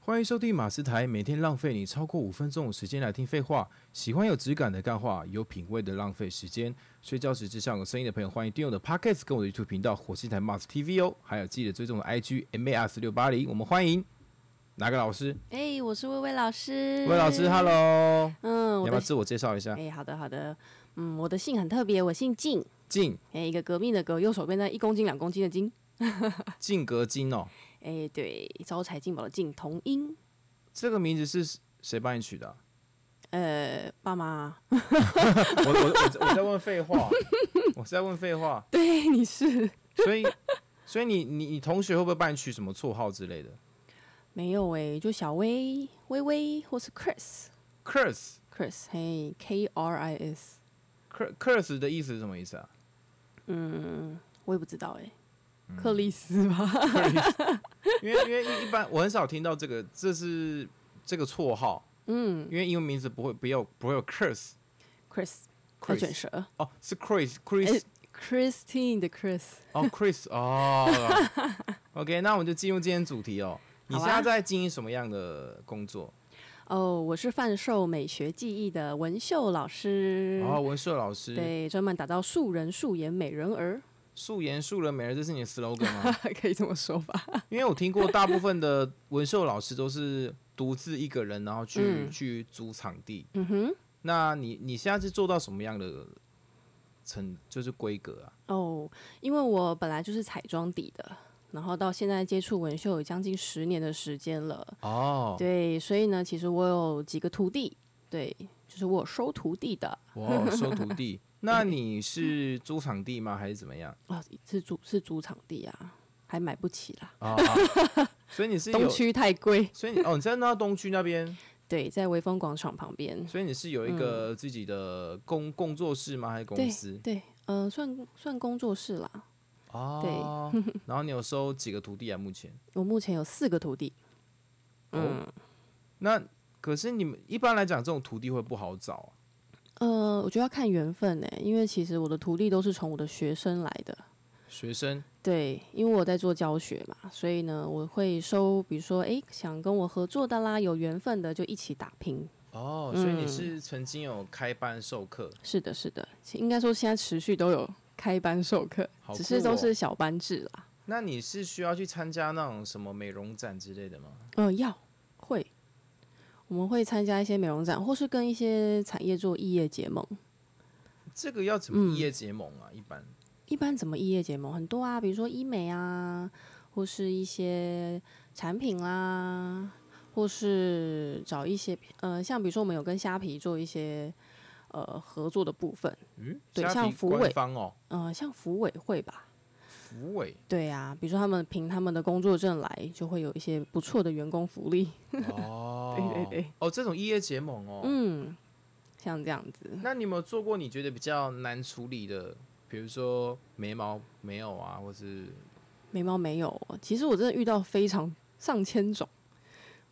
欢迎收听马斯台，每天浪费你超过五分钟的时间来听废话。喜欢有质感的干话，有品味的浪费时间。睡觉时至上有声音的朋友，欢迎订阅我的 Podcast 跟我的 YouTube 频道火星台 Mars TV 哦，还有记得追踪我的 IG MAS 六八零。我们欢迎哪个老师？哎、我是薇薇老师。魏老师，Hello，嗯，你要我不要啊的自我介绍一下哎、？好的好的，嗯，我的姓很特别，我姓靳，进哎、一个革命的革，右手边那一公斤两公斤的斤，进格金哦，哎、对，招财进宝的进，同音，这个名字是谁帮你取的啊、呃，爸妈，我我我我在问废 话，我是在问废话，对，你是所以所以你你你同学会不会帮你取什么绰号之类的没有哎、就小薇、薇薇或是 Chris。 ？Curse Chris，嘿，K R I S， cur- curse 的意思是什么意思啊？ 我也不知道哎、克里斯嗯吧？因为因为一一般我很少听到这个，这是这个绰号，嗯因为英文名字不会不要不会有 curse ，Chris，快卷 curse 舌。哦，是 Chris 哎 Chris ，Christine 的 Chris，哦 Chris 哦，OK，那我们就进入今天主题哦。你好现啊在在经营什么样的工作？哦，我是贩售美学技艺的文秀老师。哦，文硕老师，对，专门打造素人素颜美人儿， 素颜素人美人，这是你的 slogan 吗？可以这么说吧？因为我听过大部分的文秀老师都是独自一个人，然后去、嗯去租场地。嗯哼，那你你现在是做到什么样的成就是规格啊？哦，因为我本来就是彩妆底的，然后到现在接触纹绣有将近十年的时间了，哦，对，所以呢，其实我有几个徒弟，对，就是我有收徒弟的，我收徒弟。 那你是租场地吗？还是怎么样？哦，是租是租场地啊，还买不起啦，啊、啊 所以你是有东，区太贵，所以你哦，你真的到东区那边，对，在威风广场旁边，所以你是有一个自己的工工作室吗？还是公嗯对司？对，嗯、算算工作室啦，哦，然后你有收几个徒弟啊？目前？我目前有四个徒弟，嗯。那可是你们一般来讲，这种徒弟会不好找啊。呃，我觉得要看缘分呢，因为其实我的徒弟都是从我的学生来的。学生对，因为我在做教学嘛，所以呢，我会收，比如说，诶，想跟我合作的啦，有缘分的就一起打拼。哦，所以你嗯是曾经有开班授课，是的，是的，其应该说现在持续都有开班授课，好只是酷哦都是小班制啦。那你是需要去参加那种什么美容展之类的吗？嗯、要会，我们会参加一些美容展，或是跟一些产业做异业结盟。这个要怎嗯么异业结盟啊？一般一般怎么异业结盟很多啊，比如说医美啊，或是一些产品啊，或是找一些呃，像比如说我们有跟虾皮做一些呃合作的部分，嗯，对虾皮像福官伟方哦，呃，像服委会吧，福 伟对啊，比如说他们凭他们的工作证来，就会有一些不错的员工福利， 哦，对对对，哦，这种异业结盟哦，嗯，像这样子，那你有没有做过你觉得比较难处理的？比如说眉毛没有啊，或是眉毛没有，其实我真的遇到非常上千种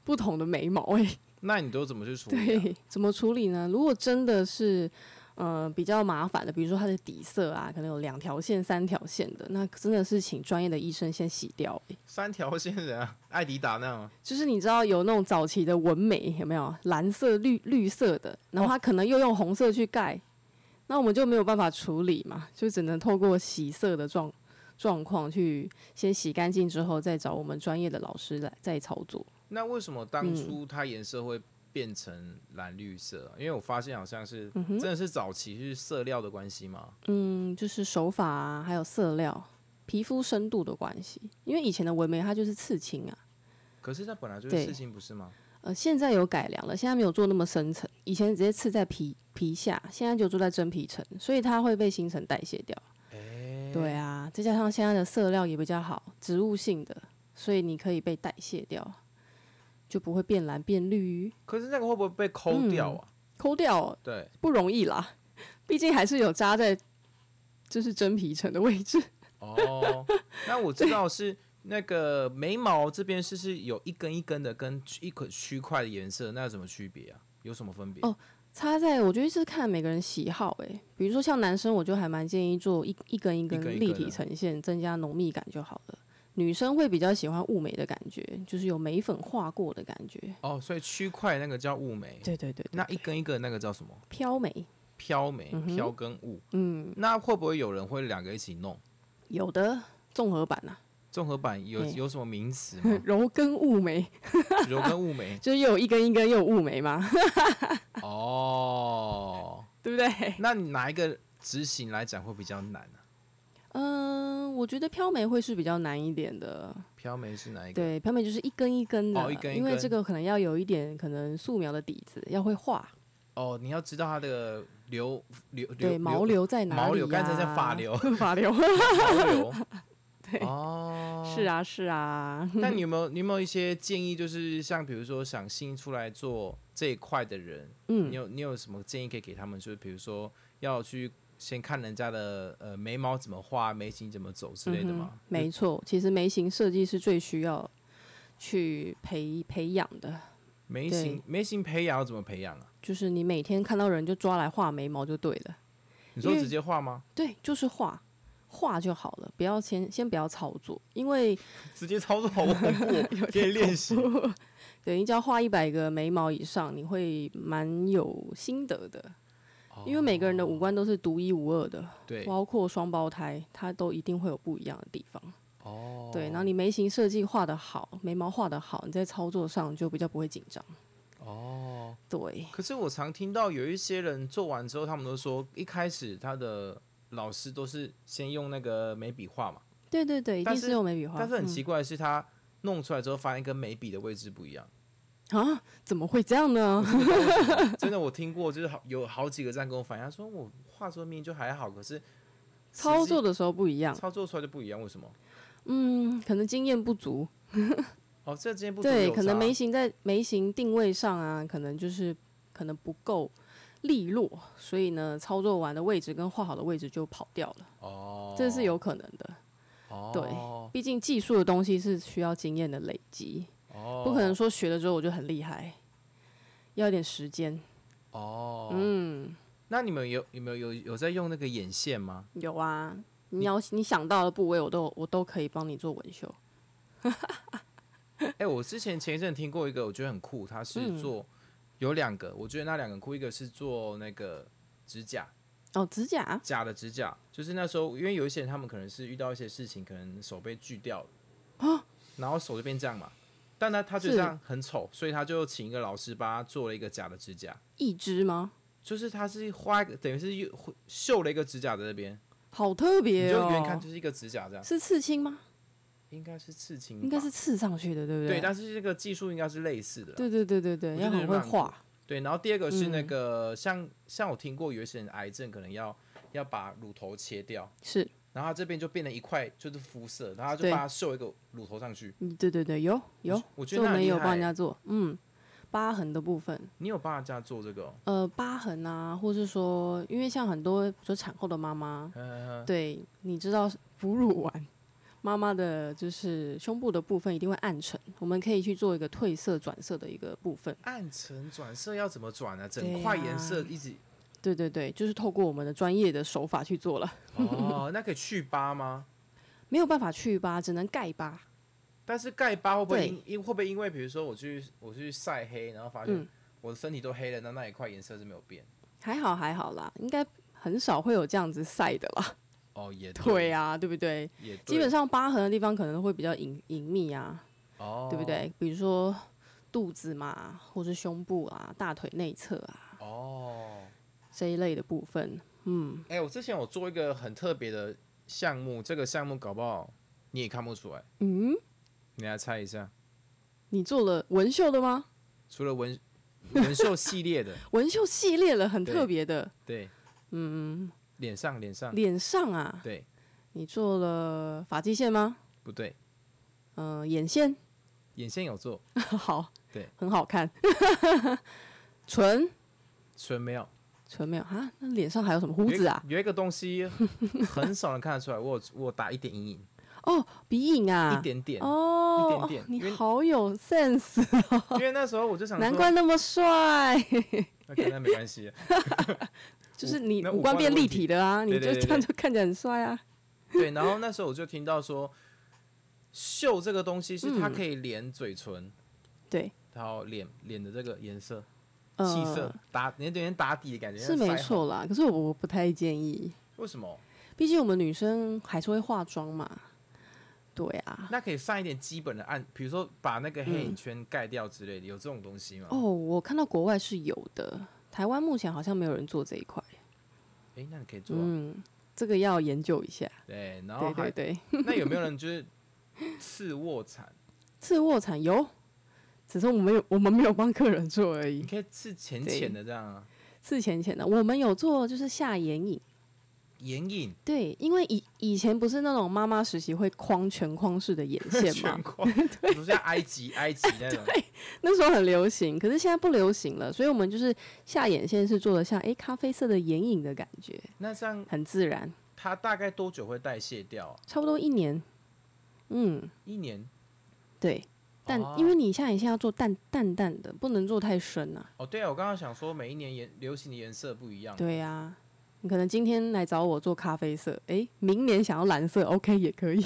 不同的眉毛哎、那你都怎么去处理、啊？对， 怎么处理呢？如果真的是，呃，比较麻烦的，比如说它的底色啊，可能有两条线、三条线的，那真的是请专业的医生先洗掉、欸三条线人啊，艾迪达那样啊，就是你知道有那种早期的纹眉有没有？蓝色、绿绿色的，然后它可能又用红色去盖，那我们就没有办法处理嘛，就只能透过洗色的状状况去先洗干净之后，再找我们专业的老师来再操作。那为什么嗯当初它颜色会变成蓝绿色啊、因为我发现好像是、真的是早期是色料的关系吗？嗯，就是手法啊，还有色料、皮肤深度的关系。因为以前的纹眉它就是刺青啊，可是那本来就是对事情，不是吗？呃，现在有改良了，现在没有做那么深层，以前直接刺在皮皮下，现在就做在真皮层，所以它会被新陈代谢掉。对啊，再加上现在的色料也比较好，植物性的，所以你可以被代谢掉，就不会变蓝变绿，可是那个会不会被嗯抠掉啊？抠掉对，不容易啦，毕竟还是有扎在就是真皮层的位置。哦，那我知道是那个眉毛这边是是有一根一根的，跟一个区块的颜色，那有什么区别啊？有什么分别？哦差在我觉得是看每个人喜好诶、比如说像男生，我就还蛮建议做一一根一根一根一根立的体呈现，增加浓密感就好了。女生会比较喜欢雾眉的感觉，就是有眉粉画过的感觉。哦，所以区块那个叫雾眉，对对对对那一根一个那个叫什么？飘眉，飘眉嗯、哼飘跟雾。嗯，那会不会有人会两个一起弄？有的综合版啊呐、综合版有对有什么名词啊？吗 柔跟雾眉，柔跟雾 眉就是又有一根一根又有雾眉嘛， 哦，对不对？那你哪一个执行来讲会比较难啊呢、嗯，我觉得飘眉会是比较难一点的。飘眉是哪一个？对，飘眉就是一根一根的，哦一根一因为根这个可能要有一点可能素描的底子，要会画，哦，你要知道它的流流流对，毛流在哪里、啊？毛流刚才在发 流，哦发流，毛流 对， 哦，是啊，是啊，那你有没有你有没有一些建议？就是像比如说想新出来做这一块的人，你嗯，有你有什么建议可以给他们？就是比如说要去先看人家的呃眉毛怎么画、眉形怎么走之类的嗯吗？哼没错，其实眉形设计是最需要去培培养的，眉形对眉形培养要怎么培养啊？就是你每天看到人就抓来画眉毛就对了，你说因为直接画吗？对，就是画。画就好了，不要先先不要操作，因为 直接操作好恐 怖，可以练习。对，你只要画一百个眉毛以上，你会蛮有心得的，因为每个人的五官都是独一无二的，哦对包括双胞胎，它都一定会有不一样的地方。哦，对，然后你眉形设计画的好，眉毛画的好，你在操作上就比较不会紧张。哦。对，可是我常听到有一些人做完之后，他们都说一开始他的老师都是先用那个眉笔画嘛，对对对，一定但是是用眉笔画。但是很嗯奇怪的是，他弄出来之后发现跟眉笔的位置不一样。啊，怎么会这样呢？真的，我听过，就是好有好几个这样跟我反映，他说我画出来明明就还好，可是实际操作的时候不一样，操作出来就不一样，为什么？嗯，可能经验不足，哦，这之间不足对，有可能差眉形在眉形定位上啊，可能就是可能不够利落，所以呢，操作完的位置跟画好的位置就跑掉了，哦，这是有可能的。哦，对毕竟技术的东西是需要经验的累积，哦，不可能说学了之后我就很厉害，要一点时间。哦，嗯，那你们有有没有有有在用那个眼线吗？有啊，你要你想到的部位，我都我都可以帮你做纹绣。哎、我之前前一阵听过一个，我觉得很酷，他嗯是做、有两个，我觉得那两个很酷，一个是做那个指甲，哦，指甲，假的指甲，就是那时候因为有一些人他们可能是遇到一些事情，可能手被锯掉了，然后手就变这样嘛，但他他觉得啊是这样很丑，所以他就请一个老师帮他做了一个假的指甲，一只吗？就是他是花一个等于是又绣了一个指甲在那边，好特你别就哦！远看就是一个指甲这样，是刺青吗？应该是刺青吧，应该是刺上去的，对不对，对但是这个技术应该是类似的啦，对对对对对，我要觉得很会蛮酷画。对，然后第二个是那嗯个、像像我听过有一些人癌症可能要要把乳头切掉，是，然后他这边就变成一块就是肤色，然后他就对把它绣一个乳头上去。嗯，对对对，有有，我觉这得那我很们厉有帮害人欸家做，嗯，疤痕的部分，你有帮人家做这个、哦？呃，疤痕啊，或是说，因为像很多，比如说产后的妈妈，嗯，对，你知道哺乳完，妈妈的就是胸部的部分一定会暗沉，我们可以去做一个褪色转色的一个部分，暗沉转色要怎么转呢、对啊整块呀颜色一 直、对对对，就是透过我们的专业的手法去做了，哦，那可以去疤吗？没有办法去疤，只能盖疤，但是盖疤会不会对因因会不会因为比如说我去我去晒黑，然后发嗯现我的身体都黑了，那那一块颜色是没有变？还好还好啦，应该很少会有这样子晒的啦， 哦，也对啊，对不对？也对基本上疤痕的地方可能会比较隐隐秘啊，哦，对不？对？比如说肚子嘛，或是胸部啊、大腿内侧啊哦，这一类的部分。嗯，哎、我之前有做一个很特别的项目，这个项目搞不好你也看不出来。嗯，你来猜一下，你做了纹绣的吗？除了纹纹绣系列的，纹绣系列了，很对嗯特别的，对，嗯，脸上脸上，脸上啊，对，你做了发际线吗？不对，嗯、眼线， 眼线有做，好，对，很好看。 唇，唇没有，唇没有啊？那脸上还有什么胡子啊？有一有一个东西很少人看得出来，我有我有打一点阴影，哦，鼻影啊一，点点，哦，一点点你因为好有 sense，因为那时候我就想说，难怪那么帅。那可能没关系，就是你那五五官官的变问立题体的啊，你对就对对这样对就看起来很帅啊。对，然后那时候我就听到说，秀这个东西是它嗯可以连嘴唇，对，然后脸脸的这个颜色、呃，气色打，有点打底的感觉，是像没腮红。错啦。可是我我不太建议，为什么？毕竟我们女生还是会化妆嘛。对啊，那可以上一点基本的暗，比如说把那个黑影嗯圈盖掉之类的，有这种东西吗？哦，，我看到国外是有的，台湾目前好像没有人做这一块。哎，那你可以做啊。嗯，这个要研究一下。对，然后对哦还对对，那有没有人 就是次卧 蚕？次卧蚕有，只是我们没有我们没有帮客人做而已 你。可以刺浅对浅的这样啊，刺浅浅的，我们有做就是下眼影。眼影对，因为以以前不是那种妈妈时期会框全框式的眼线 全嘛， 框，比如像埃及埃及那种，那时候很流行，可是现在不流行了，所以我们就是下眼线是做的像诶咖啡色的眼影的感觉，那这样很自然，它大概多久会代谢掉啊？差不多一年。嗯，一年？对，但、哦因为你下眼线要做淡淡淡的，不能做太深啊。哦，对啊，我刚刚想说每一年颜流行的颜色不一样，对呀、你可能今天来找我做咖啡色，诶，明年想要蓝色，OK 也可以。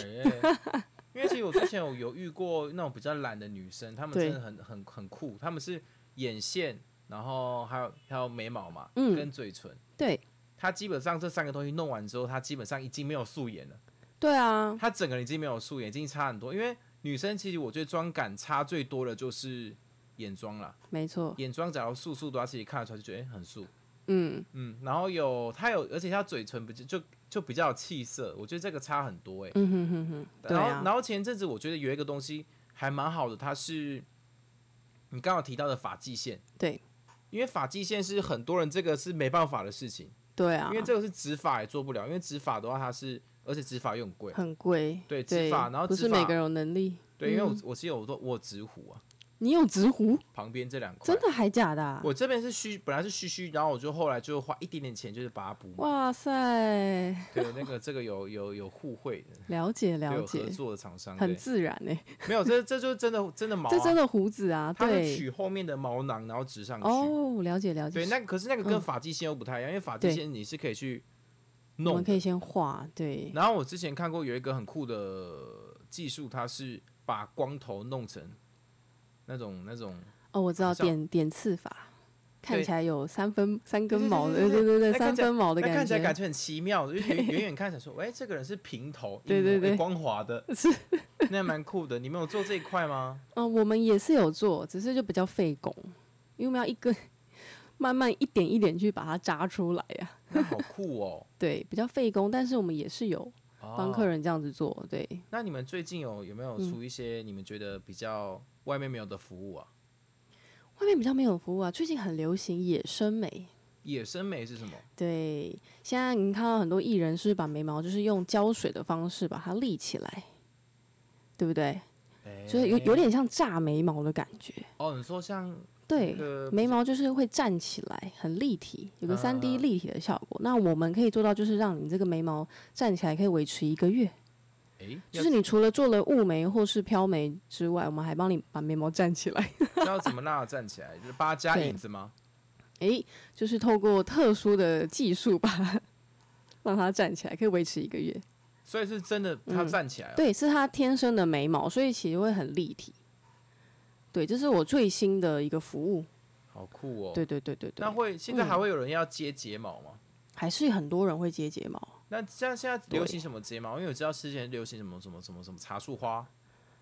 哎 因为其实我之前有有遇过那种比较懒的女生，她们对真的很很很酷，她们是眼线，然后还有还有眉毛嘛，嗯跟嘴唇，对，她基本上这三个东西弄完之后，她基本上已经没有素颜了，对啊，她整个人已经没有素颜，已经差很多。因为女生其实我觉得妆感差最多的就是眼妆啦，没错，眼妆假如素素的话，自己看得出来就觉得、哎很素，嗯，嗯，然后有她有，而且她嘴唇比较就就比较有气色，我觉得这个差很多哎、嗯哼哼哼，对然后，啊，然后前阵子我觉得有一个东西还蛮好的，它是你刚好提到的发际线。对，因为发际线是很多人这个是没办法的事情，对啊因，为这个是植发也做不了，因为植发的话它是，而且植发又很贵。很贵，对植发然后不植是每发个人有能力。对，因为我我是有做我有植胡啊，你有直胡，旁边这两块真。的还假的、啊？我这边是虚，本来是虚虚，然后我就后来就花一点点钱，就是把它补满。哇塞，对，那个这个有有有互惠的，了解对了有合解，作的厂商，很对，自然哎、没有这这就是真的真的毛、啊，这真的胡子啊，它是对，取后面的毛囊，然后植上去。哦，了解了解，对，那可是那个跟嗯发际线又不太一样，因为发际对线你是可以去我弄们可以的。先画，对，然后我之前看过有一个很酷的技术，它是把光头弄成那种那种哦，我知道好像点点刺法，看对起来有三分三根毛的，对对对对对对那看三起来分毛的那看起来感觉，觉很奇妙，就是远远远看想说，哎，这个人是平头，对阴对谋诶对光滑 的，那还蛮酷的。你们有做这一块吗？嗯、我们也是有做，只是就比较费工，因为我们要一根慢慢一点一点去把它扎出来呀、那好酷 哦！对，比较费工，但是我们也是有帮哦客人这样子做，对，那你们最近有有没有嗯出一些你们觉得比较外面没有的服务啊？外面比较没有服务啊，最近很流行野生美。野生美是什么？对，现在你看到很多艺人是把眉毛就是用胶水的方式把它立起来，对不对？就是有有诶点像炸眉毛的感觉。哦，你说像对那，个眉毛就是会站起来，很立体，有个三啊 D 立体的效果。那我们可以做到，就是让你这个眉毛站起来可以维持一个月。诶，就是你除了做了雾眉或是飘眉之外，我们还帮你把眉毛站起来。 要要怎么让它站起来？就是八加对影子吗？诶，就是透过特殊的技术吧， 让它站起来，可以维持一个月。所以是真的，它嗯站起来、了。对，是它天生的眉毛，所以其实会很立体。对，这是我最新的一个服务。好酷哦。对，对对对对那，会现在还嗯会有人要接睫毛吗？还是很多人会接睫毛。那像现在流对行什么睫毛？因为我知道之前流行什么什么什么什么茶树花、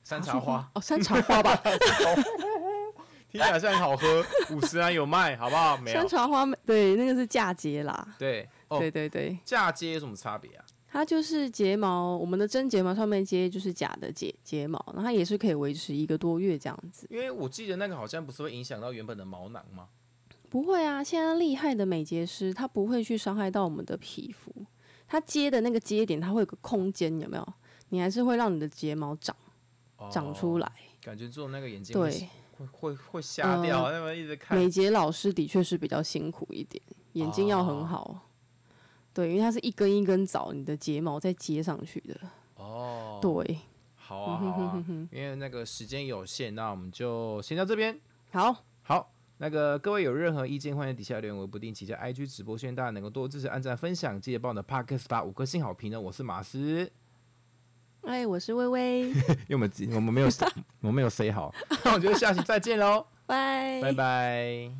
山树茶花，哦，山茶花吧， 听起来像很好 喝，五十啊元有卖，好不好？没山有。茶花，对，那个是嫁接啦。对哦，对对对，嫁接有什么差别啊？它就是睫毛，我们的真睫毛上面接就是假的睫睫毛，然后它也是可以维持一个多月这样子。因为我记得那个好像不是会影响到原本的毛囊吗？不会啊，现在厉害的美睫师，他不会去伤害到我们的皮肤，他接的那个接点，它会有个空间，有没有？你还是会让你的睫毛长长出来，来。感觉做那个眼睛会对，会会会瞎掉，呃那么一直看美睫老师的确是比较辛苦一点，眼睛要哦很好。对，因为它是一根一根找你的睫毛再接上去的。哦。对，好啊，好啊，因为那个时间有限，那我们就先到这边。好，好，那个各位有任何意见，欢迎底下留言。我不定期在 IG 直播，希望大哦家能够多支持、按赞、分享，记得帮我的 Podcast 打五颗星好评呢。我是马斯，哎，我是微微， 因为我们 哎自己我们没有我们没有 say 好，那我们就下期再见喽，拜拜拜。